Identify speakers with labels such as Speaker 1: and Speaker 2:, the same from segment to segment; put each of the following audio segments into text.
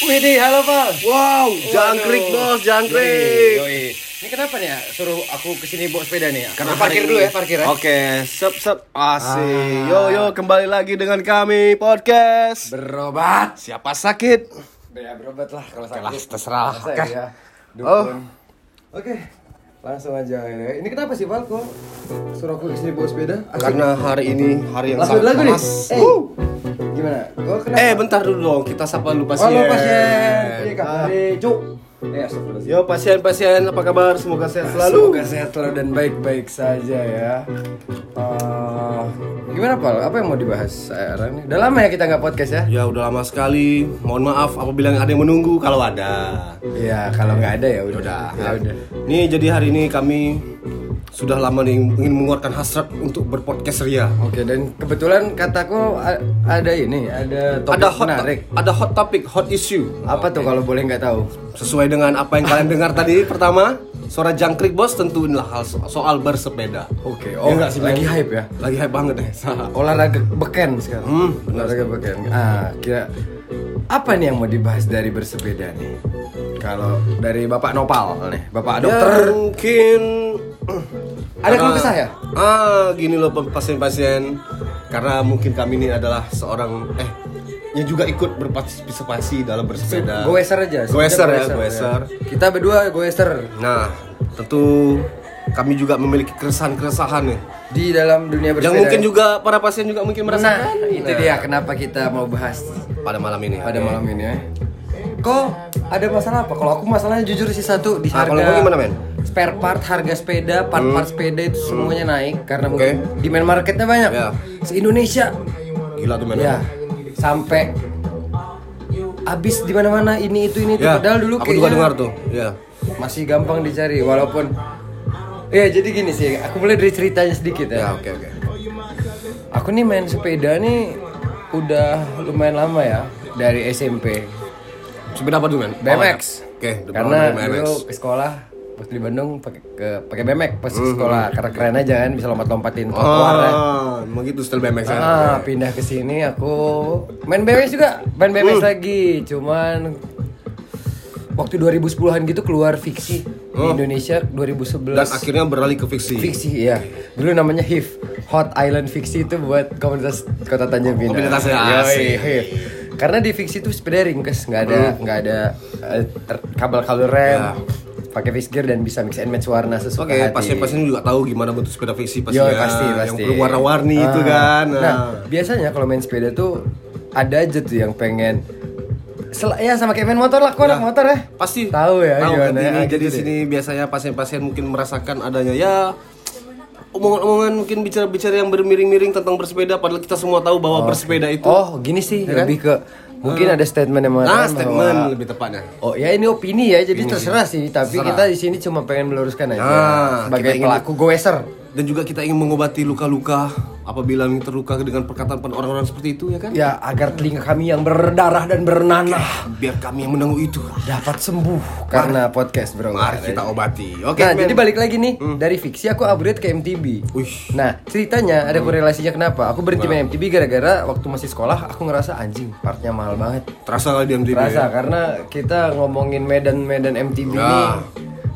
Speaker 1: Widih, halo Pal.
Speaker 2: Wow, jangkrik
Speaker 1: Waduh.
Speaker 2: bos, jangkrik.
Speaker 1: Yoi, yoi. Ini kenapa nih ya suruh aku kesini bawa sepeda nih ya?
Speaker 2: Karena
Speaker 1: Aku parkir
Speaker 2: hari
Speaker 1: dulu
Speaker 2: ini-
Speaker 1: ya, parkir ya.
Speaker 2: Oke, sep sep asik.
Speaker 1: Ah.
Speaker 2: Yo yo kembali lagi dengan kami podcast.
Speaker 1: Berobat.
Speaker 2: Siapa sakit?
Speaker 1: Ya berobat lah kalau
Speaker 3: Kelas terserah.
Speaker 1: Masa
Speaker 3: Kan.
Speaker 1: ya? Dukun.
Speaker 2: Oh.
Speaker 1: Oke. Langsung aja ini. Ini kenapa sih Pal kok suruh aku kesini bawa sepeda? Asik.
Speaker 2: Karena hari ini hari yang
Speaker 1: lagu
Speaker 2: sangat
Speaker 1: lagu nih.
Speaker 2: panas.
Speaker 1: Eh,
Speaker 2: Wuh.
Speaker 1: gimana? Kau kenapa?
Speaker 2: Eh, bentar dulu dong. Kita sapa dulu pasien.
Speaker 1: Oh, lupa Shen. Iya, Kak.
Speaker 2: Ah.
Speaker 1: Eh, Cuk. Eh, astagfirullah.
Speaker 2: Yo pasien-pasien, apa kabar? Semoga sehat selalu.
Speaker 1: Semoga sehat selalu dan baik-baik saja ya. Eh, gimana Pal? Apa yang mau dibahas sekarang nih? Udah lama ya kita nggak podcast ya?
Speaker 2: Ya udah lama sekali. Mohon maaf apabila ada yang menunggu kalau ada.
Speaker 1: Iya, kalau nggak ada ya udah.
Speaker 2: Udah.
Speaker 1: Ya udah.
Speaker 2: Nih jadi hari ini kami sudah lama nih ingin mengeluarkan hasrat untuk berpodcast ria.
Speaker 1: Oke, dan kebetulan kataku a- ada ini, ada topik
Speaker 2: ada hot
Speaker 1: menarik.
Speaker 2: ada hot topic, hot issue.
Speaker 1: Apa tuh kalau boleh nggak tahu?
Speaker 2: Sesuai dengan apa yang kalian dengar tadi pertama, suara jangkrik bos tentuinlah hal so- soal bersepeda.
Speaker 1: Oke,
Speaker 2: Ya
Speaker 1: oh
Speaker 2: nggak sih,
Speaker 1: lagi
Speaker 2: Bang?
Speaker 1: hype ya.
Speaker 2: Lagi hype banget deh.
Speaker 1: Olahraga beken sekarang.
Speaker 2: Hmm,
Speaker 1: olahraga beken. Ah, kira apa nih yang mau dibahas dari bersepeda nih? Kalau dari Bapak Nopal nih, Bapak dokter.
Speaker 2: Ya, mungkin
Speaker 1: Ada keluh
Speaker 2: Karena-
Speaker 1: kesah ya?
Speaker 2: Ah, gini loh pasien-pasien. Karena mungkin kami ini adalah seorang eh yang juga ikut berpartisipasi dalam bersepeda.
Speaker 1: Goeser aja. sebutnya
Speaker 2: Goeser ya, goeser.
Speaker 1: Kita berdua goeser
Speaker 2: Nah, tentu kami juga memiliki keresahan-keresahan nih.
Speaker 1: di dalam dunia bersepeda. ya?
Speaker 2: Yang mungkin juga para pasien juga mungkin
Speaker 1: Nah,
Speaker 2: merasakan
Speaker 1: itu dia kenapa kita mau bahas
Speaker 2: pada malam ini.
Speaker 1: pada malam ini ya. Kok ada masalah apa? Kalau aku masalahnya jujur sih satu di
Speaker 2: Ah,
Speaker 1: harga.
Speaker 2: kalau kau gimana, Men? Hmm.
Speaker 1: Spare part, harga sepeda, part-part sepeda itu semuanya naik karena
Speaker 2: Oke.
Speaker 1: mungkin demand marketnya banyak.
Speaker 2: Ya.
Speaker 1: Se Indonesia
Speaker 2: Gila tuh men.
Speaker 1: ya sampai habis di mana-mana ini itu ini itu
Speaker 2: Ya,
Speaker 1: padahal dulu
Speaker 2: aku juga
Speaker 1: kayaknya-
Speaker 2: dengar tuh. Ya.
Speaker 1: masih gampang dicari walaupun ya jadi gini sih aku mulai dari ceritanya sedikit ya
Speaker 2: Ya, oke oke.
Speaker 1: aku nih main sepeda nih udah lumayan lama ya dari SMP
Speaker 2: Sepeda apa tuh men?
Speaker 1: BMX
Speaker 2: Oh, Oke, the
Speaker 1: karena
Speaker 2: power BMX.
Speaker 1: dulu ke sekolah pas di Bandung pakai ke- pakai BMX pas
Speaker 2: Hmm.
Speaker 1: ke sekolah karena keren aja kan bisa lompat-lompatin
Speaker 2: Oh.
Speaker 1: trotoar ya.
Speaker 2: Ah, emang gitu style BMX ya.
Speaker 1: Ah, pindah ke sini aku main BMX juga, main BMX
Speaker 2: Hmm.
Speaker 1: lagi. Cuman waktu 2010-an gitu keluar fiksi di Indonesia 2011.
Speaker 2: Oh. Dan akhirnya beralih ke fiksi.
Speaker 1: fiksi ya. Dulu namanya HIF, Hot Island Fiksi itu buat komunitas Kota Tanjung Pinang.
Speaker 2: Komunitas ya,
Speaker 1: Yoi,
Speaker 2: asik. Hmm.
Speaker 1: HIF. Karena di fiksi itu sepeda ringkes, nggak ada nggak ada eh, ter- kabel-kabel rem.
Speaker 2: Ya.
Speaker 1: Pakai fixed gear dan bisa mix and match warna sesuka
Speaker 2: Oke,
Speaker 1: hati.
Speaker 2: pasien-pasien juga tahu gimana bentuk sepeda fiksi
Speaker 1: Yo,
Speaker 2: pastinya.
Speaker 1: pasti
Speaker 2: ya. Yang
Speaker 1: pasti.
Speaker 2: perlu warna-warni
Speaker 1: Ah.
Speaker 2: itu kan.
Speaker 1: Nah.
Speaker 2: Nah.
Speaker 1: biasanya kalau main sepeda tuh ada aja tuh yang pengen Sel- ya sama kayak main motor lah, kok anak motor ya.
Speaker 2: Pasti
Speaker 1: Tahu ya gimana,
Speaker 2: kan ini.
Speaker 1: ah, gitu
Speaker 2: jadi
Speaker 1: deh.
Speaker 2: sini biasanya pasien-pasien mungkin merasakan adanya ya omongan-omongan mungkin bicara-bicara yang bermiring-miring tentang bersepeda padahal kita semua tahu bahwa bersepeda itu
Speaker 1: Oh, gini sih
Speaker 2: ya
Speaker 1: lebih ke mungkin ada statement yang
Speaker 2: nah
Speaker 1: mengatakan
Speaker 2: kan? statement
Speaker 1: bahwa-
Speaker 2: lebih tepatnya
Speaker 1: Oh ya ini opini ya, jadi terserah sih. Tapi
Speaker 2: Terserah.
Speaker 1: kita di sini cuma pengen meluruskan aja
Speaker 2: Nah, kita
Speaker 1: sebagai
Speaker 2: ingin-
Speaker 1: pelaku goeser.
Speaker 2: dan juga kita ingin mengobati luka-luka apabila terluka dengan perkataan orang-orang seperti itu ya kan
Speaker 1: Ya agar telinga kami yang berdarah dan bernanah
Speaker 2: biar kami yang menanggung itu
Speaker 1: dapat sembuh karena podcast bro.
Speaker 2: mari kita obati oke
Speaker 1: nah,
Speaker 2: men. Hmm.
Speaker 1: jadi balik lagi nih dari fiksi aku upgrade ke MTB.
Speaker 2: Wih. Hmm.
Speaker 1: Nah, ceritanya ada korelasinya kenapa? Aku berhenti main MTB gara-gara waktu masih sekolah aku ngerasa anjing, partnya mahal banget.
Speaker 2: terasa ya. kali diam tidur
Speaker 1: Terasa karena kita ngomongin medan-medan MTB
Speaker 2: Iya. Ya.
Speaker 1: nih.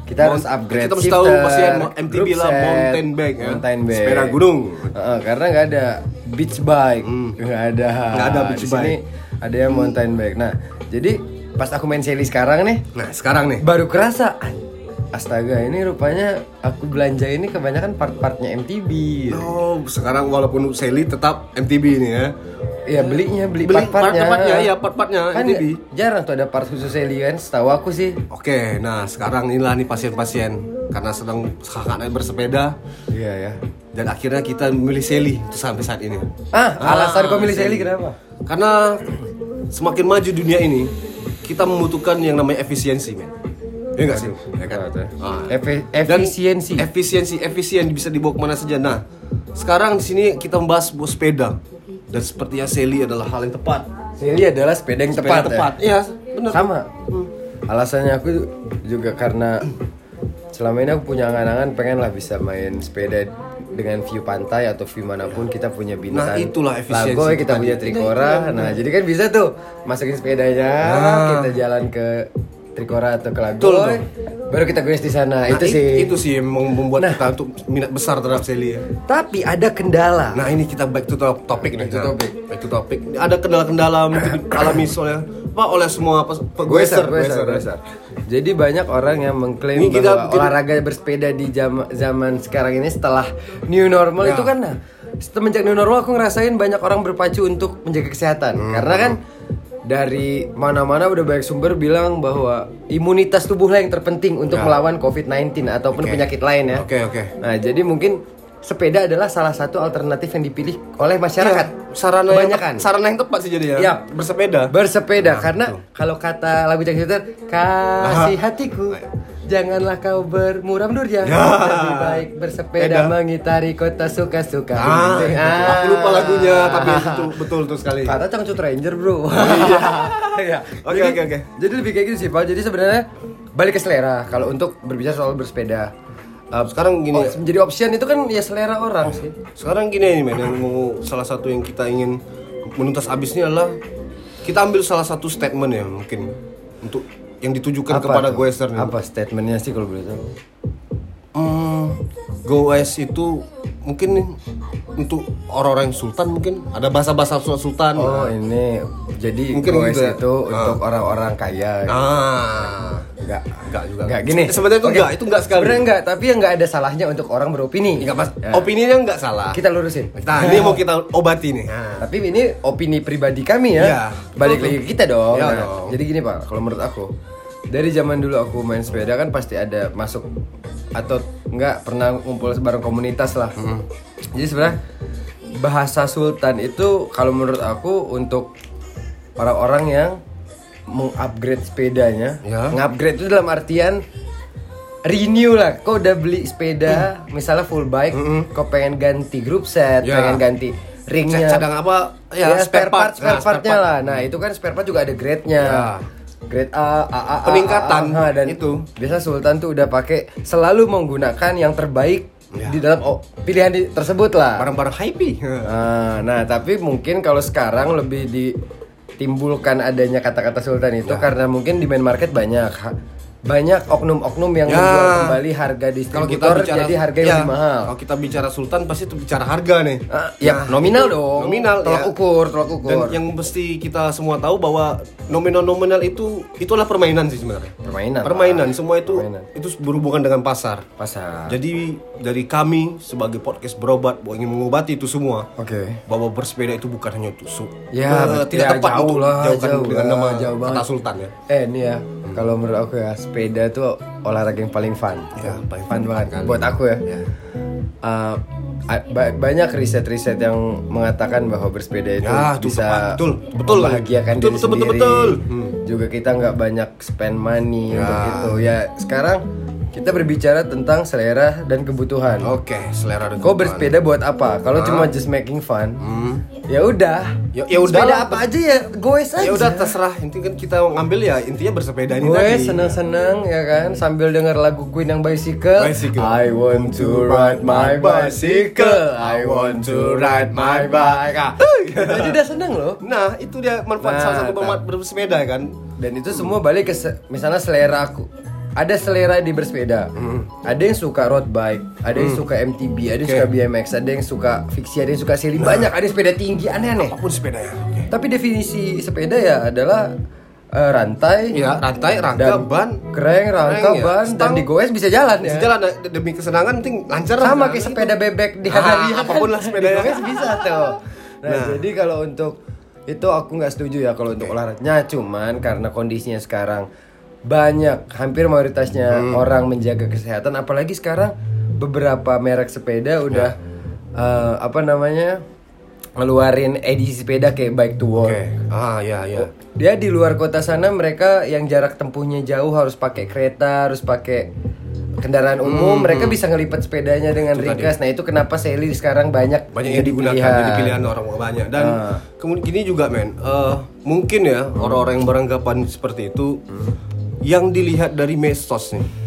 Speaker 1: Kita harus upgrade
Speaker 2: kita harus tahu
Speaker 1: shifter,
Speaker 2: pasti ada MTB
Speaker 1: group
Speaker 2: lah
Speaker 1: set,
Speaker 2: mountain bike ya.
Speaker 1: mountain bike.
Speaker 2: sepeda gunung Hmm.
Speaker 1: Heeh, karena nggak ada beach bike, nggak ada.
Speaker 2: Nggak ada beach
Speaker 1: Di sini
Speaker 2: bike.
Speaker 1: Ada yang mountain bike. Nah, jadi pas aku main Sally sekarang nih,
Speaker 2: nah sekarang nih
Speaker 1: baru kerasa "An- astaga ini rupanya aku belanja ini kebanyakan part-partnya MTB
Speaker 2: oh sekarang walaupun Sally tetap MTB ini ya
Speaker 1: ya belinya beli,
Speaker 2: Beli
Speaker 1: part-partnya
Speaker 2: part-partnya, iya, part-partnya
Speaker 1: kan
Speaker 2: MTB.
Speaker 1: nggak- jarang tuh ada part khusus Eli kan setahu aku sih
Speaker 2: Oke, nah sekarang inilah nih pasien-pasien karena sedang kakaknya bersepeda
Speaker 1: iya ya
Speaker 2: dan akhirnya kita memilih Sally itu sampai saat ini.
Speaker 1: ah alasan
Speaker 2: Ah,
Speaker 1: kau milih Eli
Speaker 2: Sally.
Speaker 1: kenapa
Speaker 2: Karena semakin maju dunia ini, kita membutuhkan yang namanya efisiensi, men. Ya enggak sih? Ya kan? Ah.
Speaker 1: Iya, Efe-
Speaker 2: Dan
Speaker 1: efisiensi
Speaker 2: efisiensi, efisien bisa dibawa kemana saja. Nah, sekarang di sini kita membahas buat sepeda dan sepertinya Sally adalah hal yang tepat.
Speaker 1: Eli adalah sepeda yang tepat,
Speaker 2: Sepeda
Speaker 1: ya?
Speaker 2: tepat. Iya, benar.
Speaker 1: sama alasannya aku juga karena selama ini aku punya angan-angan pengen lah bisa main sepeda dengan view pantai atau view manapun kita punya bintang
Speaker 2: Nah, itulah efisiensi
Speaker 1: Lagoy,
Speaker 2: itu
Speaker 1: kita
Speaker 2: tadi.
Speaker 1: punya Trikora nah jadi kan bisa tuh masukin sepedanya kita jalan ke Trikora atau ke
Speaker 2: Ah. Betul
Speaker 1: Lagoy baru kita goes di sana
Speaker 2: Nah,
Speaker 1: itu
Speaker 2: it-
Speaker 1: sih Nah.
Speaker 2: itu sih yang mem- membuat kita untuk minat besar terhadap ya. Celia.
Speaker 1: tapi ada kendala
Speaker 2: Nah ini kita back to top- topik nih.
Speaker 1: Back to
Speaker 2: Nah,
Speaker 1: topic.
Speaker 2: Back to topic. Ada kendala-kendala mungkin alami soalnya apa oleh semua pe- pe-
Speaker 1: Goeser,
Speaker 2: goeser,
Speaker 1: goeser, goeser. Jadi banyak orang yang mengklaim
Speaker 2: Ini kita-
Speaker 1: bahwa
Speaker 2: kita-
Speaker 1: olahraga bersepeda di jam- zaman sekarang ini setelah new normal
Speaker 2: Ya.
Speaker 1: itu kan nah, semenjak new normal aku ngerasain banyak orang berpacu untuk menjaga kesehatan
Speaker 2: Hmm.
Speaker 1: karena kan dari mana-mana udah banyak sumber bilang bahwa imunitas tubuhlah yang terpenting untuk melawan COVID-19 ataupun penyakit lain ya.
Speaker 2: Ya. Oke, oke.
Speaker 1: Nah, jadi mungkin sepeda adalah salah satu alternatif yang dipilih oleh masyarakat.
Speaker 2: Iya, Sarana yang,
Speaker 1: kebanyakan.
Speaker 2: sarana yang tepat sih jadinya.
Speaker 1: Iya.
Speaker 2: Bersepeda. Nah,
Speaker 1: Bersepeda karena kalau kata lagu Jack Twitter kasih hatiku janganlah kau bermuram durja
Speaker 2: Ya.
Speaker 1: lebih baik bersepeda
Speaker 2: Sepeda.
Speaker 1: mengitari kota suka-suka
Speaker 2: ah,
Speaker 1: Gitu.
Speaker 2: itu. aku lupa lagunya tapi
Speaker 1: Ah.
Speaker 2: itu betul tuh sekali.
Speaker 1: kata cangcut ranger bro Iya.
Speaker 2: Oke,
Speaker 1: Jadi-
Speaker 2: oke, oke.
Speaker 1: jadi lebih kayak gitu sih pak jadi sebenarnya balik ke selera kalau untuk berbicara soal bersepeda
Speaker 2: Eh, sekarang gini.
Speaker 1: Oh, menjadi option itu kan ya selera orang sih
Speaker 2: Sekarang gini nih men, yang mau salah satu yang kita ingin menuntas abisnya adalah kita ambil salah satu statement ya mungkin untuk yang ditujukan
Speaker 1: Apa
Speaker 2: Kan kepada
Speaker 1: tuh?
Speaker 2: Goeser nih.
Speaker 1: apa statementnya sih kalau boleh tahu
Speaker 2: Hmm, Goes itu mungkin untuk orang-orang yang sultan mungkin ada bahasa-bahasa sul- sultan.
Speaker 1: Oh ini jadi
Speaker 2: Iya. Mungkin
Speaker 1: goes
Speaker 2: gitu ya.
Speaker 1: itu untuk orang-orang kaya.
Speaker 2: Ah,
Speaker 1: Enggak,
Speaker 2: enggak juga.
Speaker 1: enggak gini.
Speaker 2: Se- Sebenarnya itu
Speaker 1: Oke.
Speaker 2: enggak, itu enggak sekali.
Speaker 1: Sebenarnya enggak, tapi yang enggak ada salahnya untuk orang beropini.
Speaker 2: Enggak mas,
Speaker 1: Ya.
Speaker 2: opininya enggak salah.
Speaker 1: Kita lurusin.
Speaker 2: Nah, ini mau kita obati nih. Nah.
Speaker 1: Tapi ini opini pribadi kami ya.
Speaker 2: Iya.
Speaker 1: Balik lagi ke kita dong.
Speaker 2: Iya
Speaker 1: Nah,
Speaker 2: dong.
Speaker 1: Jadi gini Pak, kalau menurut aku dari zaman dulu aku main sepeda kan pasti ada masuk atau enggak pernah ngumpul bareng komunitas lah.
Speaker 2: Hmm.
Speaker 1: Jadi sebenarnya bahasa sultan itu kalau menurut aku untuk orang-orang yang mengupgrade sepedanya.
Speaker 2: Ya.
Speaker 1: Ngupgrade itu dalam artian renew lah. Kau udah beli
Speaker 2: Hmm.
Speaker 1: sepeda, misalnya full bike, kau pengen ganti grup set,
Speaker 2: Ya.
Speaker 1: pengen ganti ringnya,
Speaker 2: Cadang apa? Ya, spare
Speaker 1: Iya.
Speaker 2: part,
Speaker 1: spare
Speaker 2: Nah, spare
Speaker 1: partnya lah. Nah itu kan spare part juga ada grade-nya.
Speaker 2: Ya.
Speaker 1: Grade A, AA,
Speaker 2: Peningkatan,
Speaker 1: dan
Speaker 2: itu.
Speaker 1: Biasa Sultan tuh udah pakai selalu menggunakan yang terbaik di dalam oh, pilihan di- tersebut lah.
Speaker 2: Barang-barang hype.
Speaker 1: Ah, nah, tapi mungkin kalau sekarang lebih ditimbulkan adanya kata-kata sultan itu karena mungkin di main market banyak ha- banyak oknum-oknum yang
Speaker 2: Ya.
Speaker 1: menjual kembali harga distributor jadi harga yang
Speaker 2: ya,
Speaker 1: lebih mahal.
Speaker 2: Kalau kita bicara sultan pasti itu bicara harga nih.
Speaker 1: Ah, ya, nominal dong.
Speaker 2: Nominal,
Speaker 1: tolak
Speaker 2: ya.
Speaker 1: ukur, tolak ukur.
Speaker 2: Dan yang mesti kita semua tahu bahwa nominal-nominal itu itulah permainan sih sebenarnya.
Speaker 1: permainan. lah.
Speaker 2: Permainan semua itu
Speaker 1: Permainan. Ah.
Speaker 2: itu berhubungan dengan pasar.
Speaker 1: pasar.
Speaker 2: Jadi dari kami sebagai podcast berobat bahwa ingin mengobati itu semua
Speaker 1: Oke.
Speaker 2: bahwa bersepeda itu bukan hanya tusuk.
Speaker 1: Ya,
Speaker 2: Eh,
Speaker 1: bet-
Speaker 2: tidak
Speaker 1: ya,
Speaker 2: tepat
Speaker 1: jauh
Speaker 2: untuk
Speaker 1: lah,
Speaker 2: jauhkan
Speaker 1: jauh
Speaker 2: dengan
Speaker 1: lah,
Speaker 2: nama
Speaker 1: jauh
Speaker 2: kata
Speaker 1: banget.
Speaker 2: sultan ya.
Speaker 1: Eh ini ya, kalau menurut aku ya sepeda tuh olahraga yang paling fun.
Speaker 2: Ya, paling Iya.
Speaker 1: fun banget buat aku ya. Uh, a- ba- banyak riset-riset yang mengatakan bahwa bersepeda itu
Speaker 2: Ya, itu
Speaker 1: bisa
Speaker 2: tepat. Betul, betul.
Speaker 1: membahagiakan
Speaker 2: Betul,
Speaker 1: diri
Speaker 2: betul, betul,
Speaker 1: sendiri.
Speaker 2: betul. Hmm.
Speaker 1: Juga kita nggak banyak spend money untuk itu. Ya sekarang kita berbicara tentang selera dan kebutuhan.
Speaker 2: Oke, selera dan
Speaker 1: Kau
Speaker 2: kebutuhan.
Speaker 1: bersepeda buat apa? Kalau cuma just making fun, ya udah.
Speaker 2: Ah. Hmm. Ya- ya udah
Speaker 1: Sepeda
Speaker 2: lah.
Speaker 1: apa aja ya, goes aja.
Speaker 2: ya udah terserah intinya kan kita ngambil ya intinya bersepeda ini
Speaker 1: Gue
Speaker 2: tadi
Speaker 1: seneng-seneng ya kan sambil denger lagu Queen yang bicycle.
Speaker 2: Bicycle.
Speaker 1: I want to ride my bicycle. I want to ride my bike. Ah. Jadi udah seneng loh.
Speaker 2: nah itu dia manfaat
Speaker 1: Nah,
Speaker 2: salah satu
Speaker 1: tak.
Speaker 2: manfaat bersepeda kan
Speaker 1: Dan itu semua balik ke se- misalnya selera aku. Ada selera di bersepeda. Ada yang suka road bike, ada yang suka MTB, ada yang
Speaker 2: Mm-hmm. Mm. Oke.
Speaker 1: suka BMX, ada yang suka fiksi, ada yang suka sailing. Banyak ada yang sepeda tinggi aneh-aneh.
Speaker 2: apapun sepeda ya
Speaker 1: Tapi definisi sepeda ya adalah eh, rantai,
Speaker 2: Ya, rantai, rangka, ban,
Speaker 1: kreng, rangka,
Speaker 2: kreng, ya.
Speaker 1: ban, dan
Speaker 2: Stang.
Speaker 1: digoes bisa jalan ya.
Speaker 2: Bisa jalan nah, demi kesenangan penting lancar kan?
Speaker 1: Sama
Speaker 2: lancar.
Speaker 1: kayak sepeda bebek di hari
Speaker 2: Ah, apapun lah sepedanya.
Speaker 1: Digoes bisa tuh. Nah, jadi kalau untuk itu aku nggak setuju ya kalau untuk olahraganya cuman karena kondisinya sekarang banyak hampir mayoritasnya
Speaker 2: Hmm.
Speaker 1: orang menjaga kesehatan apalagi sekarang beberapa merek sepeda udah
Speaker 2: Ya.
Speaker 1: eh, apa namanya ngeluarin edisi sepeda kayak bike to work
Speaker 2: oke ah ya ya
Speaker 1: dia di luar kota sana mereka yang jarak tempuhnya jauh harus pakai kereta harus pakai kendaraan umum
Speaker 2: Hmm.
Speaker 1: mereka bisa ngelipat sepedanya dengan ringkas nah itu kenapa Sally sekarang banyak
Speaker 2: banyak yang
Speaker 1: jadi
Speaker 2: digunakan
Speaker 1: pilihan.
Speaker 2: jadi pilihan orang banyak dan
Speaker 1: Ah.
Speaker 2: kemudian gini juga men eh, mungkin ya orang-orang yang beranggapan seperti itu yang dilihat dari mesos nih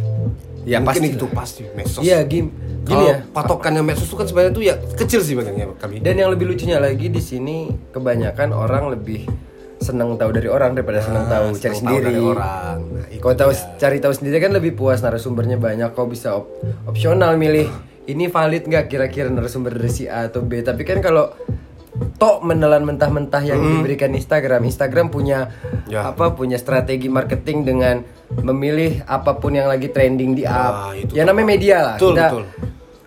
Speaker 1: Ya,
Speaker 2: mungkin
Speaker 1: pastilah.
Speaker 2: itu pasti mesos
Speaker 1: Ya, iya Gim Gini
Speaker 2: Kalau
Speaker 1: ya.
Speaker 2: patokannya medsos itu kan sebenarnya tuh ya kecil sih makanya kami
Speaker 1: Dan yang lebih lucunya lagi di sini kebanyakan orang lebih senang tahu dari orang daripada senang tahu cari
Speaker 2: Tahu-tahu
Speaker 1: sendiri.
Speaker 2: Ah, dari orang Nah, itu
Speaker 1: Kau Eh, tahu cari tahu sendiri kan lebih puas narasumbernya banyak. Kau bisa op- opsional milih ini valid nggak kira-kira narasumber dari si A atau B. Tapi kan kalau tok menelan mentah-mentah yang diberikan Instagram, Instagram punya
Speaker 2: Mm-hmm. Ya.
Speaker 1: apa? Punya strategi marketing dengan memilih apapun yang lagi trending di
Speaker 2: Ah,
Speaker 1: up.
Speaker 2: itu
Speaker 1: ya namanya media lah.
Speaker 2: betul
Speaker 1: Kita-
Speaker 2: betul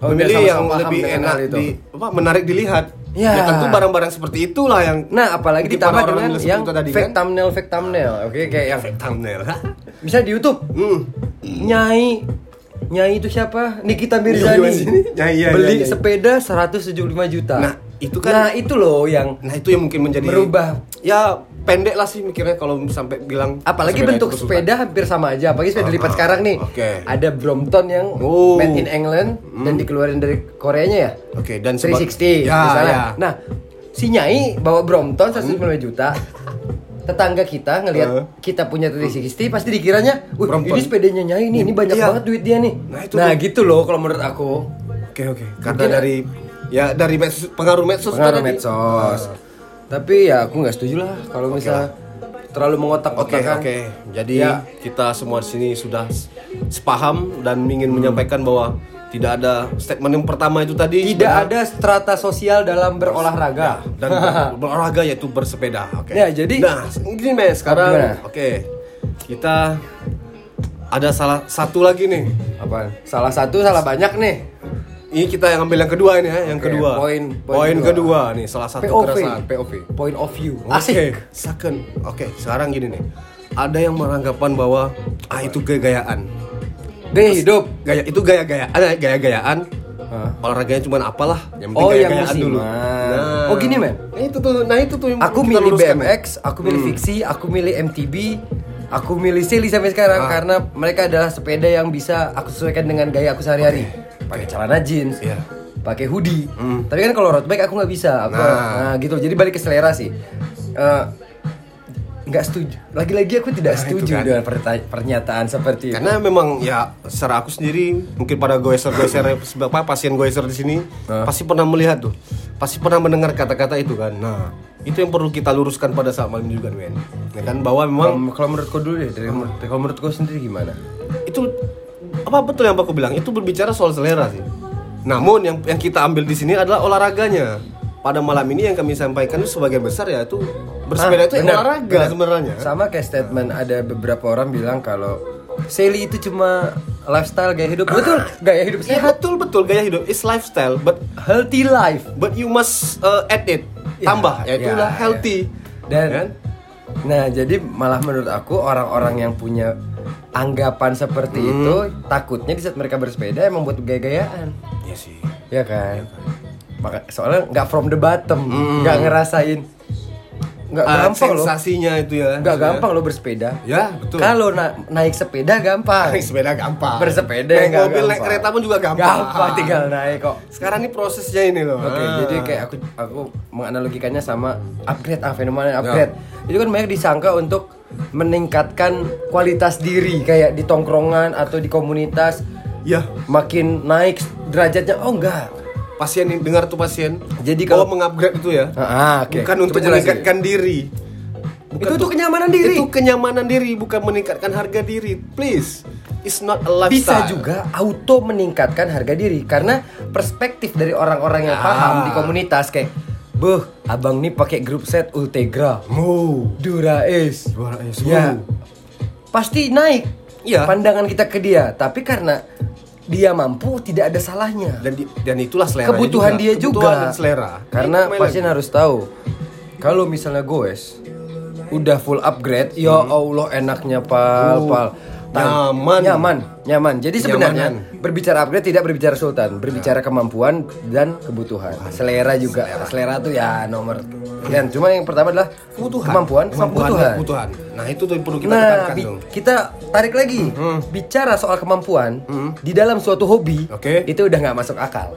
Speaker 1: Oh, biar
Speaker 2: memilih
Speaker 1: sama-sama
Speaker 2: yang
Speaker 1: paham
Speaker 2: lebih
Speaker 1: dengan
Speaker 2: enak
Speaker 1: hal
Speaker 2: di apa menarik dilihat
Speaker 1: Ya.
Speaker 2: ya tentu barang-barang seperti itulah yang
Speaker 1: Nah, apalagi
Speaker 2: Bikin
Speaker 1: ditambah
Speaker 2: orang
Speaker 1: dengan
Speaker 2: nulis
Speaker 1: yang
Speaker 2: itu tadi,
Speaker 1: fake
Speaker 2: kan?
Speaker 1: thumbnail, fake thumbnail. Oke, kayak yang
Speaker 2: efek thumbnail
Speaker 1: bisa di YouTube.
Speaker 2: hmm.
Speaker 1: Nyai Nyai itu siapa? Nikita
Speaker 2: Iya, iya,
Speaker 1: Mirzani.
Speaker 2: iya, iya,
Speaker 1: Beli
Speaker 2: iya.
Speaker 1: sepeda 175 juta.
Speaker 2: Nah, itu kan-
Speaker 1: Nah, itu loh yang
Speaker 2: nah itu yang mungkin menjadi
Speaker 1: Merubah.
Speaker 2: ya pendek lah sih mikirnya kalau sampai bilang
Speaker 1: apalagi
Speaker 2: sepeda
Speaker 1: bentuk
Speaker 2: itu kesultanan.
Speaker 1: sepeda hampir sama aja. Apalagi sepeda lipat sekarang nih.
Speaker 2: ah, oke.
Speaker 1: Ada Brompton yang
Speaker 2: Oh.
Speaker 1: made in England dan dikeluarin dari Koreanya ya.
Speaker 2: Oke, dan seba-
Speaker 1: 360
Speaker 2: Ya,
Speaker 1: misalnya.
Speaker 2: ya. Hmm.
Speaker 1: Nah, si Nyai bawa Brompton 195 juta. Tetangga kita ngelihat
Speaker 2: Eh.
Speaker 1: kita punya 360 pasti dikiranya, "Wih,
Speaker 2: Brompton."
Speaker 1: ini sepedanya Nyai nih, ini banyak
Speaker 2: Iya.
Speaker 1: banget duit dia nih."
Speaker 2: Nah,
Speaker 1: Nah,
Speaker 2: itu tuh.
Speaker 1: gitu loh kalau menurut aku.
Speaker 2: Oke oke. Karena dari ya dari medsos, pengaruh medsos
Speaker 1: pengaruh
Speaker 2: tadi.
Speaker 1: medsos. Nah. Tapi ya aku nggak setuju lah kalau misalnya terlalu
Speaker 2: Oke
Speaker 1: mengotak-otakan.
Speaker 2: oke. Jadi
Speaker 1: Ya.
Speaker 2: kita semua di sini sudah s- sepaham dan
Speaker 1: Hmm.
Speaker 2: ingin menyampaikan bahwa tidak ada statement yang pertama itu tadi
Speaker 1: Tidak
Speaker 2: benar.
Speaker 1: ada strata sosial dalam berolahraga.
Speaker 2: Ya, dan ber- berolahraga yaitu bersepeda. Oke.
Speaker 1: Ya, jadi-
Speaker 2: nah gini men sekarang
Speaker 1: Gimana?
Speaker 2: oke kita ada salah satu lagi nih.
Speaker 1: Apaan? Salah satu salah banyak nih.
Speaker 2: Ini kita yang ambil yang kedua ini ya, yang
Speaker 1: Oke,
Speaker 2: kedua.
Speaker 1: poin- poin
Speaker 2: poin
Speaker 1: kedua.
Speaker 2: kedua nih salah satu keresahan POV.
Speaker 1: Point of view.
Speaker 2: Oke, second. Oke, sekarang gini nih. Ada yang beranggapan bahwa ah itu gaya-gayaan.
Speaker 1: Gaya hidup.
Speaker 2: Gaya itu gaya-gayaan, ada gaya-gayaan. Olahraganya cuman apalah, yang penting
Speaker 1: Oh, yang
Speaker 2: gaya-gayaan
Speaker 1: musiman.
Speaker 2: dulu.
Speaker 1: Oh, gini, men?
Speaker 2: Nah, itu tuh, nah itu tuh yang
Speaker 1: Aku
Speaker 2: kita
Speaker 1: milih
Speaker 2: luruskan, Hmm. men.
Speaker 1: BMX, aku milih fiksi, aku milih MTB, aku milih Silly sampai
Speaker 2: Ah.
Speaker 1: sekarang karena mereka adalah sepeda yang bisa aku sesuaikan dengan gaya aku sehari-hari. Pakai celana jeans,
Speaker 2: Iya.
Speaker 1: pakai hoodie. Tapi kan kalau road bike aku nggak bisa. Aku, nah.
Speaker 2: Nah.
Speaker 1: gitu. Jadi balik ke selera sih. Eh, nggak setuju. Lagi-lagi aku tidak setuju
Speaker 2: kan.
Speaker 1: dengan perta- pernyataan seperti itu.
Speaker 2: Karena memang ya secara aku sendiri mungkin pada goeser-goeser apa pasien goeser di sini
Speaker 1: Nah.
Speaker 2: pasti pernah melihat tuh. Pasti pernah mendengar kata-kata itu kan. Nah, itu yang perlu kita luruskan pada saat malam juga, men. Ya kan bahwa
Speaker 1: Kalau
Speaker 2: memang
Speaker 1: kalau menurut kau dulu deh, dari menurut- kalau menurut kau sendiri gimana?
Speaker 2: itu apa betul yang aku bilang itu berbicara soal selera sih namun yang yang kita ambil di sini adalah olahraganya pada malam ini yang kami sampaikan itu sebagian besar ya itu
Speaker 1: Ah,
Speaker 2: bersepeda itu
Speaker 1: benar,
Speaker 2: olahraga
Speaker 1: benar.
Speaker 2: sebenarnya
Speaker 1: Sama kayak statement ada beberapa orang bilang kalau Sally itu cuma lifestyle gaya hidup. Betul, gaya hidup
Speaker 2: ya
Speaker 1: sehat.
Speaker 2: betul betul gaya hidup is lifestyle but
Speaker 1: Healthy life.
Speaker 2: but you must uh, add it
Speaker 1: Ya,
Speaker 2: tambah ya,
Speaker 1: ya,
Speaker 2: itulah
Speaker 1: ya.
Speaker 2: healthy
Speaker 1: Dan
Speaker 2: Kan?
Speaker 1: Nah, jadi malah menurut aku orang-orang yang punya anggapan seperti
Speaker 2: Hmm.
Speaker 1: itu takutnya di saat mereka bersepeda emang buat gaya-gayaan.
Speaker 2: ya sih
Speaker 1: Ya kan? Maka soalnya nggak from the bottom, nggak ngerasain nggak
Speaker 2: Hmm. Ah,
Speaker 1: gampang loh.
Speaker 2: sensasinya itu ya
Speaker 1: Nggak
Speaker 2: maksudnya.
Speaker 1: gampang loh bersepeda.
Speaker 2: ya betul
Speaker 1: Kalau na- naik sepeda gampang.
Speaker 2: naik sepeda gampang
Speaker 1: Bersepeda
Speaker 2: naik
Speaker 1: nggak
Speaker 2: mobil naik
Speaker 1: gampang.
Speaker 2: kereta pun juga gampang
Speaker 1: Gampang tinggal naik kok.
Speaker 2: sekarang ini prosesnya ini loh
Speaker 1: Oke,
Speaker 2: Ah.
Speaker 1: jadi kayak aku aku menganalogikannya sama upgrade ah
Speaker 2: Ya.
Speaker 1: fenomena upgrade. Itu kan banyak disangka untuk meningkatkan kualitas diri kayak di tongkrongan atau di komunitas
Speaker 2: ya
Speaker 1: makin naik derajatnya. Oh enggak.
Speaker 2: pasien yang dengar tuh pasien
Speaker 1: Jadi
Speaker 2: bahwa
Speaker 1: kalau-
Speaker 2: mengupgrade itu ya
Speaker 1: Ah, ah, oke.
Speaker 2: bukan
Speaker 1: Coba
Speaker 2: untuk
Speaker 1: jelasin.
Speaker 2: meningkatkan diri
Speaker 1: Itu
Speaker 2: Bukan
Speaker 1: tuh
Speaker 2: untuk-
Speaker 1: kenyamanan diri.
Speaker 2: itu kenyamanan diri bukan meningkatkan harga diri please it's not a lifestyle
Speaker 1: Bisa juga auto meningkatkan harga diri karena perspektif dari orang-orang yang
Speaker 2: Ah.
Speaker 1: paham di komunitas kayak, "Beuh, abang nih pakai grup set Ultegra."
Speaker 2: mau
Speaker 1: Dura es.
Speaker 2: Dura es,
Speaker 1: Ya.
Speaker 2: wow.
Speaker 1: Pasti naik.
Speaker 2: Iya.
Speaker 1: Pandangan kita ke dia, tapi karena dia mampu tidak ada salahnya.
Speaker 2: dan di- dan itulah selera
Speaker 1: Kebutuhan dia juga.
Speaker 2: dan selera
Speaker 1: Karena
Speaker 2: Kembali
Speaker 1: pasien
Speaker 2: lagi.
Speaker 1: harus tahu kalau misalnya goes udah full upgrade, ya Allah enaknya pal pal. Tan-
Speaker 2: Nyaman.
Speaker 1: Oh, nyaman, nyaman. kan? Jadi sebenarnya
Speaker 2: Nyamanan.
Speaker 1: berbicara upgrade tidak berbicara sultan, berbicara kemampuan dan kebutuhan. Selera juga, selera, tuh ya nomor. Dan cuma yang pertama adalah
Speaker 2: kebutuhan
Speaker 1: kemampuan, sama kebutuhan.
Speaker 2: kebutuhan nah itu tuh yang perlu kita
Speaker 1: Nah,
Speaker 2: tekankan
Speaker 1: bi-
Speaker 2: dong Hmm.
Speaker 1: kita tarik lagi. Bicara soal kemampuan di dalam suatu hobi,
Speaker 2: Oke.
Speaker 1: itu udah nggak masuk akal.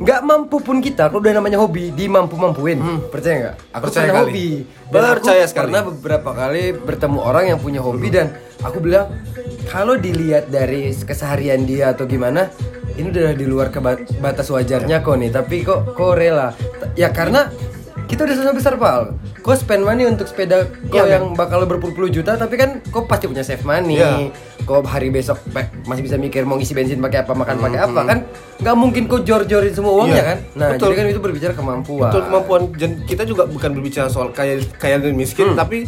Speaker 1: Nggak mampu pun kita, kalau udah namanya hobi, dimampu-mampuin. Percaya nggak? Aku
Speaker 2: Hmm. Percaya
Speaker 1: punya
Speaker 2: kali.
Speaker 1: hobi.
Speaker 2: Percaya
Speaker 1: aku
Speaker 2: sekali.
Speaker 1: Karena beberapa kali bertemu orang yang punya hobi dan aku bilang kalau dilihat dari keseharian dia atau gimana, ini udah di luar keba- batas wajarnya kok nih tapi kok kok rela Ta- ya karena kita udah susah besar pal kau spend money untuk sepeda kau
Speaker 2: Iya,
Speaker 1: yang bakal berpuluh-puluh juta tapi kan kau pasti punya save money
Speaker 2: Iya.
Speaker 1: kau hari besok pe- masih bisa mikir mau ngisi bensin pakai apa makan pakai apa kan nggak mungkin kau jor-jorin semua uangnya
Speaker 2: Mm-hmm. Iya,
Speaker 1: kan nah
Speaker 2: betul.
Speaker 1: jadi kan itu berbicara kemampuan
Speaker 2: Betul kemampuan dan kita juga bukan berbicara soal kaya kaya
Speaker 1: Hmm.
Speaker 2: dan miskin tapi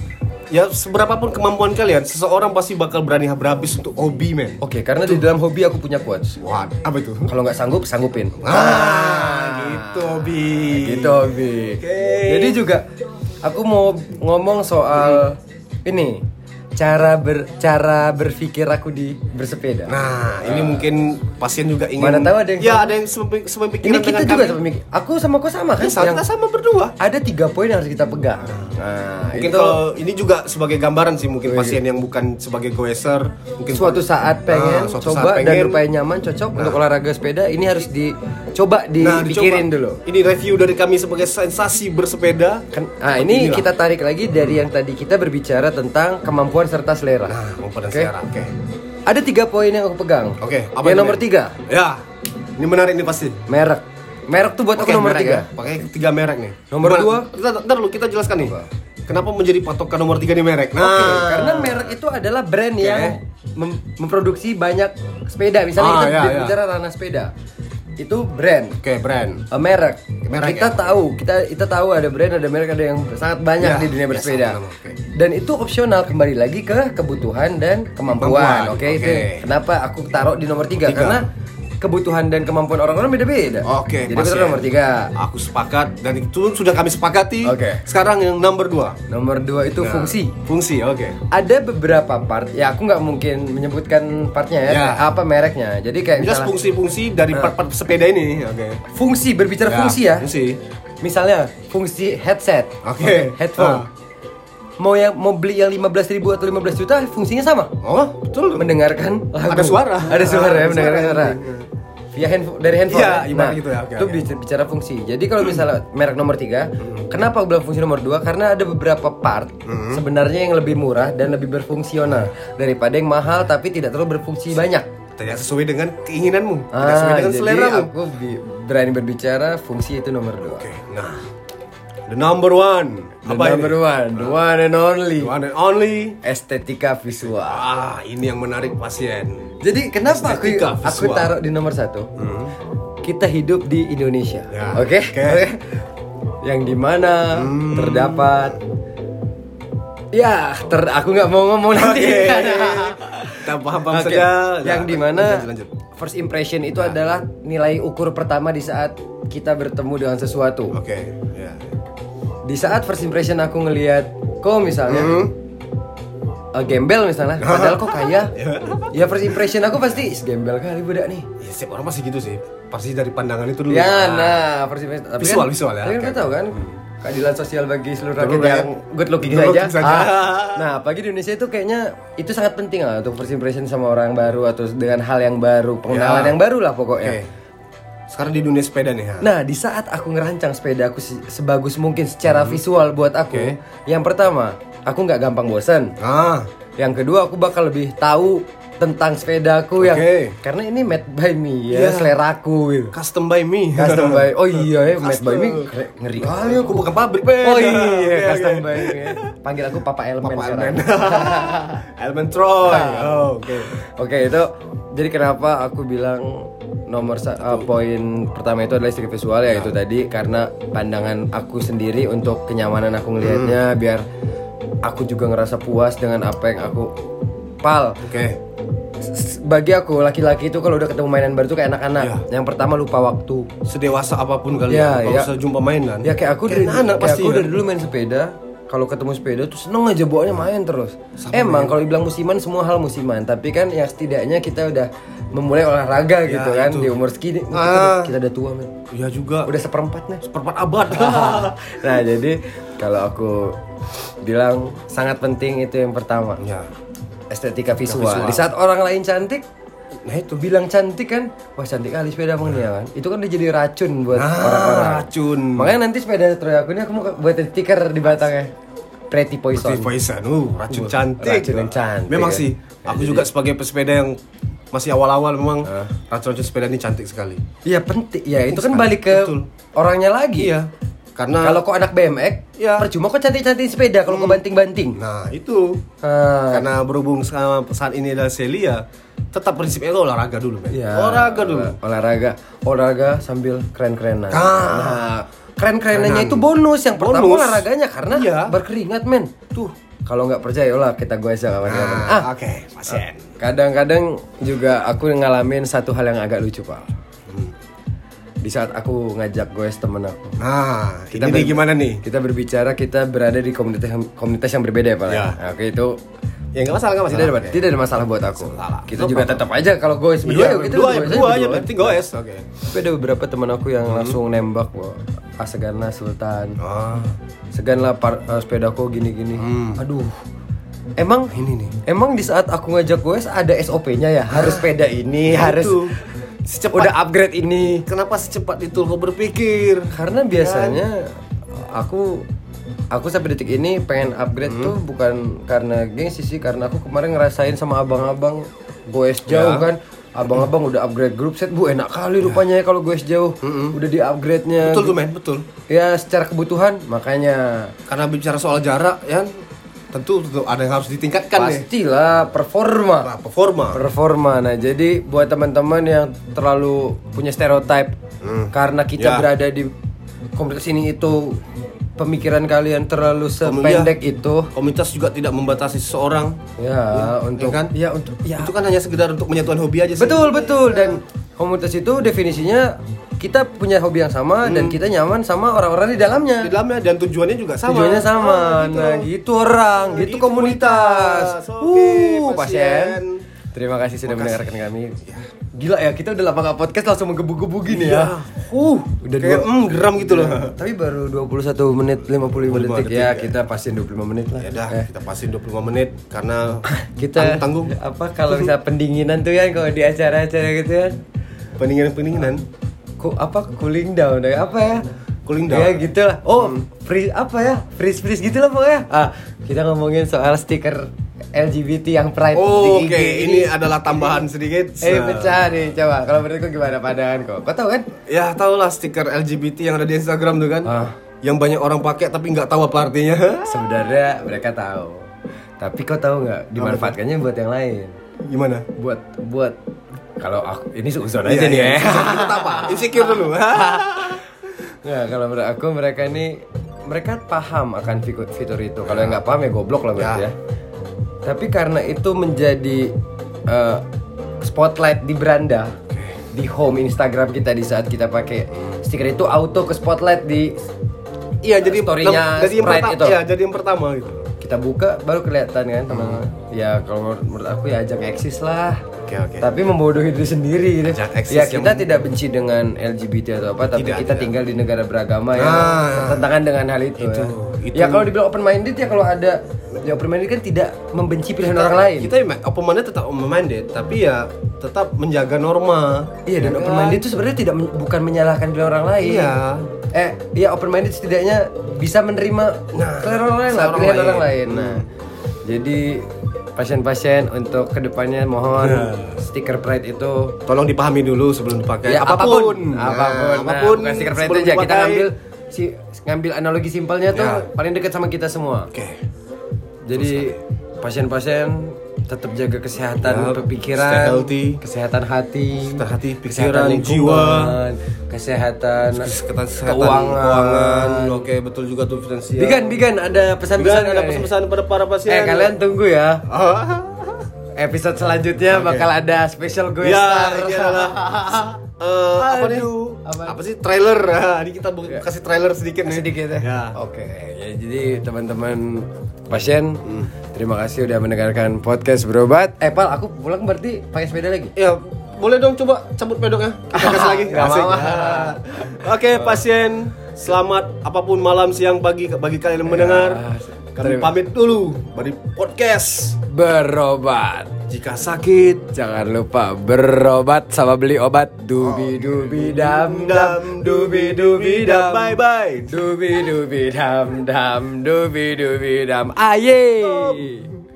Speaker 2: ya seberapapun kemampuan kalian seseorang pasti bakal berani berhabis untuk hobi men.
Speaker 1: oke karena di dalam hobi aku punya quotes
Speaker 2: Wah, apa itu?
Speaker 1: kalau nggak sanggup sanggupin
Speaker 2: Ah, gitu hobi.
Speaker 1: gitu Bi. Jadi juga aku mau ngomong soal ini cara ber cara berpikir aku di bersepeda.
Speaker 2: Nah, ini mungkin pasien juga ingin
Speaker 1: Mana tahu ada yang-
Speaker 2: Ya, ada yang sempe-
Speaker 1: ini
Speaker 2: sepemikiran
Speaker 1: kita
Speaker 2: dengan
Speaker 1: juga
Speaker 2: kami.
Speaker 1: sama Miki. Aku sama kau sama kan?
Speaker 2: Ya, sama- kita
Speaker 1: Yang-
Speaker 2: sama berdua.
Speaker 1: ada tiga poin yang harus kita pegang. Nah,
Speaker 2: Mungkin
Speaker 1: itu Iya,
Speaker 2: kalau ini juga sebagai gambaran sih mungkin pasien yang bukan sebagai goeser, mungkin
Speaker 1: suatu saat pengen
Speaker 2: Ah, suatu saat
Speaker 1: coba dan
Speaker 2: pengen. Nah.
Speaker 1: rupanya nyaman cocok untuk olahraga sepeda ini harus dicoba dipikirin
Speaker 2: dicoba.
Speaker 1: dulu.
Speaker 2: Ini review dari kami sebagai sensasi bersepeda.
Speaker 1: Kan, ah ini
Speaker 2: Inilah. Hmm.
Speaker 1: kita tarik lagi dari yang tadi kita berbicara tentang kemampuan serta selera.
Speaker 2: Nah, mau pada
Speaker 1: Oke.
Speaker 2: sekarang. Oke.
Speaker 1: Ada tiga poin yang aku pegang.
Speaker 2: Oke, apa
Speaker 1: Yang
Speaker 2: ini,
Speaker 1: nomor
Speaker 2: Men?
Speaker 1: tiga
Speaker 2: Ya. Ini menarik nih pasti.
Speaker 1: merek. Merek tuh buat aku
Speaker 2: Oke,
Speaker 1: nomor
Speaker 2: merek
Speaker 1: tiga.
Speaker 2: ya. Pakai tiga merek nih.
Speaker 1: Nomor
Speaker 2: Gimana?
Speaker 1: dua.
Speaker 2: Kita ntar dulu kita jelaskan nih. Kenapa menjadi patokan nomor tiga nih merek?
Speaker 1: Oke,
Speaker 2: Nah,
Speaker 1: Ah. karena merek itu adalah brand yang mem- memproduksi banyak sepeda. Misalnya
Speaker 2: Ah,
Speaker 1: kita
Speaker 2: iya, iya.
Speaker 1: bicara ranah sepeda, itu brand.
Speaker 2: Oke, brand.
Speaker 1: Eh, merek.
Speaker 2: Merek
Speaker 1: kita tahu, kita kita tahu ada brand, ada merek, ada yang sangat banyak
Speaker 2: Ya,
Speaker 1: di dunia
Speaker 2: ya,
Speaker 1: bersepeda.
Speaker 2: sama, oke.
Speaker 1: Dan itu opsional kembali lagi ke kebutuhan dan
Speaker 2: Kemampuan,
Speaker 1: kemampuan. Oke, itu
Speaker 2: oke.
Speaker 1: kenapa aku taruh di nomor tiga?
Speaker 2: Tiga.
Speaker 1: Karena kebutuhan dan kemampuan orang-orang beda-beda.
Speaker 2: Oke,
Speaker 1: Jadi
Speaker 2: pas
Speaker 1: kita
Speaker 2: ya.
Speaker 1: taruh nomor tiga.
Speaker 2: Aku sepakat dan itu sudah kami sepakati.
Speaker 1: Oke.
Speaker 2: Sekarang yang nomor dua.
Speaker 1: Nomor dua itu
Speaker 2: Nah,
Speaker 1: fungsi.
Speaker 2: Fungsi, oke.
Speaker 1: ada beberapa part ya aku nggak mungkin menyebutkan partnya ya,
Speaker 2: Ya.
Speaker 1: apa mereknya jadi kayak
Speaker 2: Jelas
Speaker 1: misalnya fungsi,
Speaker 2: fungsi-fungsi dari part-part sepeda ini, Ah. oke.
Speaker 1: berbicara fungsi ya
Speaker 2: Fungsi.
Speaker 1: misalnya fungsi headset
Speaker 2: Oke.
Speaker 1: headphone
Speaker 2: Ah.
Speaker 1: mau yang mau beli yang 15.000 atau 15 juta fungsinya sama
Speaker 2: Oh, betul.
Speaker 1: mendengarkan lagu
Speaker 2: Ada suara.
Speaker 1: ada suara
Speaker 2: Ah,
Speaker 1: ya
Speaker 2: ada
Speaker 1: mendengarkan suara
Speaker 2: suara.
Speaker 1: via handphone dari handphone
Speaker 2: Iya,
Speaker 1: ya?
Speaker 2: ibarat gitu ya, oke, Mm-hmm.
Speaker 1: itu
Speaker 2: oke.
Speaker 1: bicara, bicara fungsi jadi kalau misalnya merek nomor tiga kenapa aku bilang fungsi nomor dua karena ada beberapa part
Speaker 2: Mm-hmm.
Speaker 1: sebenarnya yang lebih murah dan lebih berfungsional daripada yang mahal tapi tidak terlalu berfungsi banyak
Speaker 2: Tidak sesuai dengan keinginanmu, tidak sesuai
Speaker 1: ah
Speaker 2: dengan
Speaker 1: jadi
Speaker 2: seleramu.
Speaker 1: aku bi- berani berbicara fungsi itu nomor dua
Speaker 2: Oke, nah. The number one.
Speaker 1: The number one
Speaker 2: Ah.
Speaker 1: the one and only
Speaker 2: ini? One and only.
Speaker 1: estetika visual
Speaker 2: Ah, ini yang menarik pasien.
Speaker 1: Jadi kenapa aku
Speaker 2: Estetika
Speaker 1: aku
Speaker 2: visual. Hmm.
Speaker 1: taruh di nomor satu? Kita hidup di Indonesia,
Speaker 2: Ya,
Speaker 1: oke?
Speaker 2: oke. Hmm.
Speaker 1: Oke. Yang dimana terdapat Ya, ter aku nggak mau ngomong nanti.
Speaker 2: Oke. Kita paham-paham
Speaker 1: Oke,
Speaker 2: saja.
Speaker 1: Yang
Speaker 2: Nah,
Speaker 1: dimana
Speaker 2: lanjut, lanjut. Nah.
Speaker 1: first impression itu adalah nilai ukur pertama di saat kita bertemu dengan sesuatu.
Speaker 2: Oke, ya.
Speaker 1: Di saat first impression aku ngelihat kau misalnya
Speaker 2: Hmm.
Speaker 1: eh, gembel misalnya, padahal kok kaya. ya first impression aku pasti "Ih, gembel kali budak nih.
Speaker 2: Ya, setiap orang pasti gitu sih. Pasti dari pandangan itu dulu.
Speaker 1: Ya,
Speaker 2: Ah.
Speaker 1: nah, persib tapi
Speaker 2: Visual,
Speaker 1: kan,
Speaker 2: visual ya.
Speaker 1: Tapi kan
Speaker 2: Oke,
Speaker 1: kita tahu kan keadilan sosial bagi seluruh rakyat
Speaker 2: Seluruh rakyat.
Speaker 1: yang good looking
Speaker 2: Good
Speaker 1: saja.
Speaker 2: looking saja.
Speaker 1: Ah, nah, bagi di Indonesia itu kayaknya itu sangat penting lah untuk first impression sama orang baru atau dengan hal yang baru, pengenalan
Speaker 2: Ya.
Speaker 1: yang baru lah
Speaker 2: Oke.
Speaker 1: pokoknya.
Speaker 2: Sekarang di dunia sepeda nih, ha.
Speaker 1: Nah, di saat aku ngerancang sepeda aku se- sebagus mungkin secara visual buat aku,
Speaker 2: Hmm. Oke.
Speaker 1: yang pertama, aku nggak gampang bosan.
Speaker 2: Ah,
Speaker 1: Yang kedua, aku bakal lebih tahu tentang sepedaku yang
Speaker 2: Oke.
Speaker 1: karena ini made by me ya,
Speaker 2: Ya.
Speaker 1: seleraku gitu.
Speaker 2: custom by me.
Speaker 1: Custom by Oh iya ya, Mad
Speaker 2: Custom.
Speaker 1: by me keren, ngeri.
Speaker 2: Ah, iya, aku bukan pabrik, men.
Speaker 1: Oh iya,
Speaker 2: Oke,
Speaker 1: custom
Speaker 2: oke.
Speaker 1: by me. Panggil aku Papa Elemen
Speaker 2: Papa
Speaker 1: sekarang.
Speaker 2: Elmen. Elmen Troy.
Speaker 1: Ah.
Speaker 2: Oh, oke.
Speaker 1: Oke, itu jadi kenapa aku bilang nomor sa- eh, poin pertama itu adalah segi visual ya itu tadi karena pandangan aku sendiri untuk kenyamanan aku ngelihatnya biar aku juga ngerasa puas dengan apa yang aku pal
Speaker 2: Oke.
Speaker 1: s- bagi aku laki-laki itu kalau udah ketemu mainan baru tuh kayak anak-anak yang pertama lupa waktu
Speaker 2: Sedewasa apapun kalian,
Speaker 1: Ya,
Speaker 2: kalau
Speaker 1: ya.
Speaker 2: saya jumpa mainan.
Speaker 1: Ya kayak aku dari
Speaker 2: kayak anak
Speaker 1: kayak
Speaker 2: pasti.
Speaker 1: aku
Speaker 2: kan?
Speaker 1: dari dulu main sepeda, kalau ketemu sepeda tuh seneng aja bawaannya main terus.
Speaker 2: ya.
Speaker 1: Emang kalau dibilang musiman semua hal musiman, tapi kan ya setidaknya kita udah memulai olahraga
Speaker 2: Ya,
Speaker 1: gitu kan di umur segini kita,
Speaker 2: Ah.
Speaker 1: udah- kita udah tua men.
Speaker 2: Iya juga.
Speaker 1: Udah seperempat nih.
Speaker 2: seperempat abad.
Speaker 1: Nah, jadi kalau aku bilang sangat penting itu yang pertama.
Speaker 2: ya.
Speaker 1: Estetika visual.
Speaker 2: visual.
Speaker 1: Di saat orang lain cantik
Speaker 2: Nah itu.
Speaker 1: tuh bilang cantik kan, wah cantik kali sepeda emang dia kan. Itu kan udah jadi racun buat orang-orang.
Speaker 2: Ah, racun.
Speaker 1: Makanya nanti sepeda Troy aku ini aku mau buat stiker di batangnya. Pretty Poison.
Speaker 2: Racun Poison, uh, racun cantik.
Speaker 1: Racun yang cantik,
Speaker 2: Memang
Speaker 1: ya. Ah.
Speaker 2: sih, aku juga sebagai pesepeda yang masih awal-awal memang racun-racun sepeda ini cantik sekali.
Speaker 1: Iya penting. Ya itu kan
Speaker 2: sekali.
Speaker 1: balik ke
Speaker 2: Betul.
Speaker 1: orangnya lagi.
Speaker 2: Iya, karena
Speaker 1: Kalau kok anak BMX,
Speaker 2: Iya. Hmm.
Speaker 1: percuma kok cantik-cantik sepeda kalau kok banting-banting.
Speaker 2: nah itu
Speaker 1: Ah,
Speaker 2: karena berhubung sama saat ini adalah Sally ya tetap prinsipnya itu olahraga dulu men.
Speaker 1: iya.
Speaker 2: Olahraga dulu.
Speaker 1: Olahraga, olahraga sambil keren-kerenan. Nah,
Speaker 2: Ah.
Speaker 1: keren-kerenannya
Speaker 2: Kerenan.
Speaker 1: itu bonus yang pertama
Speaker 2: Bonus.
Speaker 1: olahraganya karena
Speaker 2: Iya.
Speaker 1: berkeringat men.
Speaker 2: Tuh.
Speaker 1: Kalau nggak percaya lah kita gue sama dia.
Speaker 2: Nah,
Speaker 1: Ah,
Speaker 2: oke, pasien.
Speaker 1: Kadang-kadang juga aku ngalamin satu hal yang agak lucu pak. Di saat aku ngajak gue temen aku,
Speaker 2: Nah,
Speaker 1: Kita ber-
Speaker 2: ini gimana nih?
Speaker 1: kita berbicara kita berada di komunitas yang, komunitas yang berbeda ya pak.
Speaker 2: Ya.
Speaker 1: Nah, Oke itu
Speaker 2: Ya nggak masalah, nggak masalah.
Speaker 1: tidak ada, tidak ada masalah buat aku.
Speaker 2: Salah.
Speaker 1: Kita
Speaker 2: No
Speaker 1: juga tetap aja kalau gue
Speaker 2: Berdua,
Speaker 1: berdua ya, kita
Speaker 2: berdua,
Speaker 1: berdua
Speaker 2: ya,
Speaker 1: aja
Speaker 2: berdua aja,
Speaker 1: berdua.
Speaker 2: penting goes. Oke.
Speaker 1: Tapi ada beberapa teman aku yang langsung nembak pak. Asegana Sultan.
Speaker 2: Oh.
Speaker 1: Segan lah par, eh, sepedaku gini-gini. Aduh. Emang ini nih. Emang di saat aku ngajak goes ada SOP-nya ya. Harus sepeda ini, harus
Speaker 2: itu.
Speaker 1: secepat udah upgrade ini.
Speaker 2: Kenapa secepat itu kau berpikir?
Speaker 1: Karena biasanya aku aku sampai detik ini pengen upgrade tuh bukan karena geng sih sih, karena aku kemarin ngerasain sama abang-abang goes jauh kan. Abang-abang udah upgrade grup set bu enak kali rupanya ya kalau goes jauh. Udah di upgrade-nya.
Speaker 2: Betul tuh men, betul.
Speaker 1: Ya secara kebutuhan makanya
Speaker 2: Karena bicara soal jarak ya tentu tentu ada yang harus ditingkatkan nih.
Speaker 1: pastilah performa.
Speaker 2: Nah, performa.
Speaker 1: performa nah jadi buat teman-teman yang terlalu punya stereotype karena kita
Speaker 2: Ya.
Speaker 1: berada di komunitas ini itu pemikiran kalian terlalu sependek itu
Speaker 2: Komunitas juga tidak membatasi seseorang.
Speaker 1: ya, untuk
Speaker 2: ya kan?
Speaker 1: ya untuk ya
Speaker 2: Itu kan hanya sekedar untuk menyatukan hobi aja sih.
Speaker 1: betul betul dan komunitas itu definisinya kita punya hobi yang sama dan kita nyaman sama orang-orang di dalamnya
Speaker 2: Di dalamnya dan tujuannya juga sama.
Speaker 1: tujuannya sama nah gitu orang gitu,
Speaker 2: Gitu
Speaker 1: komunitas,
Speaker 2: komunitas. Oke,
Speaker 1: Wuh,
Speaker 2: pasien.
Speaker 1: pasien terima kasih sudah mendengarkan kami gila ya kita udah lama nggak podcast langsung menggebu-gebu gini
Speaker 2: Iya.
Speaker 1: ya uh udah dua
Speaker 2: Kayak mm, geram gitu loh.
Speaker 1: tapi baru 21 menit 55 detik,
Speaker 2: 55
Speaker 1: ya,
Speaker 2: detik, ya.
Speaker 1: kita pastiin 25 menit lah
Speaker 2: Ya dah, kita pasin 25 menit karena
Speaker 1: Eh. kita
Speaker 2: tanggung,
Speaker 1: apa kalau bisa pendinginan tuh ya kalau di acara-acara gitu ya
Speaker 2: peninginan-peninginan.
Speaker 1: ku, apa cooling down ya, apa ya
Speaker 2: Cooling down.
Speaker 1: ya gitu lah oh
Speaker 2: Hmm.
Speaker 1: freeze apa ya freeze freeze gitu lah pokoknya ah kita ngomongin soal stiker LGBT yang pride
Speaker 2: Oh,
Speaker 1: di
Speaker 2: Oke,
Speaker 1: IG
Speaker 2: ini adalah tambahan sedikit.
Speaker 1: eh
Speaker 2: Nah.
Speaker 1: pecah nih coba kalau menurutku gimana pandangan kau kau tahu kan
Speaker 2: Ya tau lah stiker LGBT yang ada di Instagram tuh kan
Speaker 1: Ah.
Speaker 2: Yang banyak orang pakai tapi nggak tahu apa artinya
Speaker 1: sebenarnya mereka tahu tapi kau tahu nggak dimanfaatkannya buat yang lain
Speaker 2: Gimana?
Speaker 1: buat buat kalau aku ini suzon aja
Speaker 2: Iya,
Speaker 1: nih
Speaker 2: iya.
Speaker 1: ya
Speaker 2: Kita tak apa? Insecure dulu
Speaker 1: Nah, kalau menurut aku mereka ini mereka paham akan figu- fitur itu. Kalau yang nggak paham ya goblok lah berarti ya.
Speaker 2: Ya.
Speaker 1: Tapi karena itu menjadi eh, spotlight di beranda di home Instagram kita di saat kita pakai stiker itu auto ke spotlight di
Speaker 2: Iya jadi
Speaker 1: Story-nya
Speaker 2: jadi yang
Speaker 1: Sprite
Speaker 2: pertama,
Speaker 1: itu.
Speaker 2: Iya jadi yang pertama gitu
Speaker 1: kita buka baru kelihatan kan teman-teman. Ya kalau menur- menurut aku ya ajak eksis lah.
Speaker 2: Hmm. Oke, oke.
Speaker 1: Tapi membodohi diri sendiri gitu.
Speaker 2: Ajak eksis
Speaker 1: Ya
Speaker 2: yang-
Speaker 1: kita tidak benci dengan LGBT atau apa, tapi
Speaker 2: Tidak,
Speaker 1: kita
Speaker 2: tidak.
Speaker 1: tinggal di negara beragama yang
Speaker 2: Nah,
Speaker 1: bertentangan dengan hal itu.
Speaker 2: itu,
Speaker 1: ya.
Speaker 2: itu.
Speaker 1: Ya, kalau dibilang open minded ya kalau ada ya open minded kan tidak membenci pilihan orang lain.
Speaker 2: Kita ya open minded tetap open minded Tapi ya tetap menjaga norma
Speaker 1: Iya dan
Speaker 2: Ya
Speaker 1: open
Speaker 2: kan?
Speaker 1: minded itu sebenarnya tidak men- bukan menyalahkan pilihan orang lain.
Speaker 2: Iya.
Speaker 1: Eh, ya open minded setidaknya bisa menerima pilihan orang lain lah,
Speaker 2: orang
Speaker 1: pilihan
Speaker 2: lain.
Speaker 1: orang lain. Nah, jadi pasien-pasien untuk kedepannya mohon stiker pride itu
Speaker 2: Tolong dipahami dulu sebelum dipakai
Speaker 1: ya apapun, apapun,
Speaker 2: Nah,
Speaker 1: Nah,
Speaker 2: apapun
Speaker 1: bukan stiker pride
Speaker 2: sebelum
Speaker 1: aja kita
Speaker 2: dipakai.
Speaker 1: ngambil si ngambil analogi simpelnya tuh
Speaker 2: Ya.
Speaker 1: paling dekat sama kita semua.
Speaker 2: Oke
Speaker 1: Jadi pasien-pasien tetap jaga kesehatan
Speaker 2: Ya,
Speaker 1: pemikiran,
Speaker 2: stay healthy.
Speaker 1: kesehatan hati,
Speaker 2: Kesehatan hati,
Speaker 1: kesehatan
Speaker 2: pikiran,
Speaker 1: lingkungan, kesehatan,
Speaker 2: Kesehatan, kesehatan
Speaker 1: keuangan.
Speaker 2: keuangan. Oke betul juga tuh finansial
Speaker 1: Bigan, bigan ada pesan-pesan
Speaker 2: Bigan, ada
Speaker 1: nggak nih?
Speaker 2: pesan-pesan pada para pasien
Speaker 1: Eh kalian tunggu ya.
Speaker 2: Ah.
Speaker 1: Episode selanjutnya bakal ada special guest
Speaker 2: Ya,
Speaker 1: star.
Speaker 2: ini adalah
Speaker 1: ya.
Speaker 2: eh, apa nih?
Speaker 1: Aduh, apa?
Speaker 2: Apa, sih trailer? Nah, ini kita bu-
Speaker 1: Ya.
Speaker 2: kasih trailer sedikit nih.
Speaker 1: sedikit ya.
Speaker 2: Ya.
Speaker 1: Oke, ya jadi teman-teman pasien, terima kasih udah mendengarkan podcast berobat. Eh Pal, aku pulang berarti pakai sepeda lagi.
Speaker 2: Ya, boleh dong coba cabut pedoknya. Kita kasih lagi.
Speaker 1: Nggak
Speaker 2: Asik.
Speaker 1: mau.
Speaker 2: Ya. Oke, pasien, selamat apapun malam, siang, pagi bagi kalian yang mendengar. Kami
Speaker 1: Ya, Terima-
Speaker 2: pamit dulu dari podcast.
Speaker 1: Berobat.
Speaker 2: Jika sakit,
Speaker 1: Ah, Jangan lupa berobat sama beli obat dubi dubi dam dam dubi dubi dam
Speaker 2: Bye bye.
Speaker 1: dubi dubi dam dam dubi dubi dam aye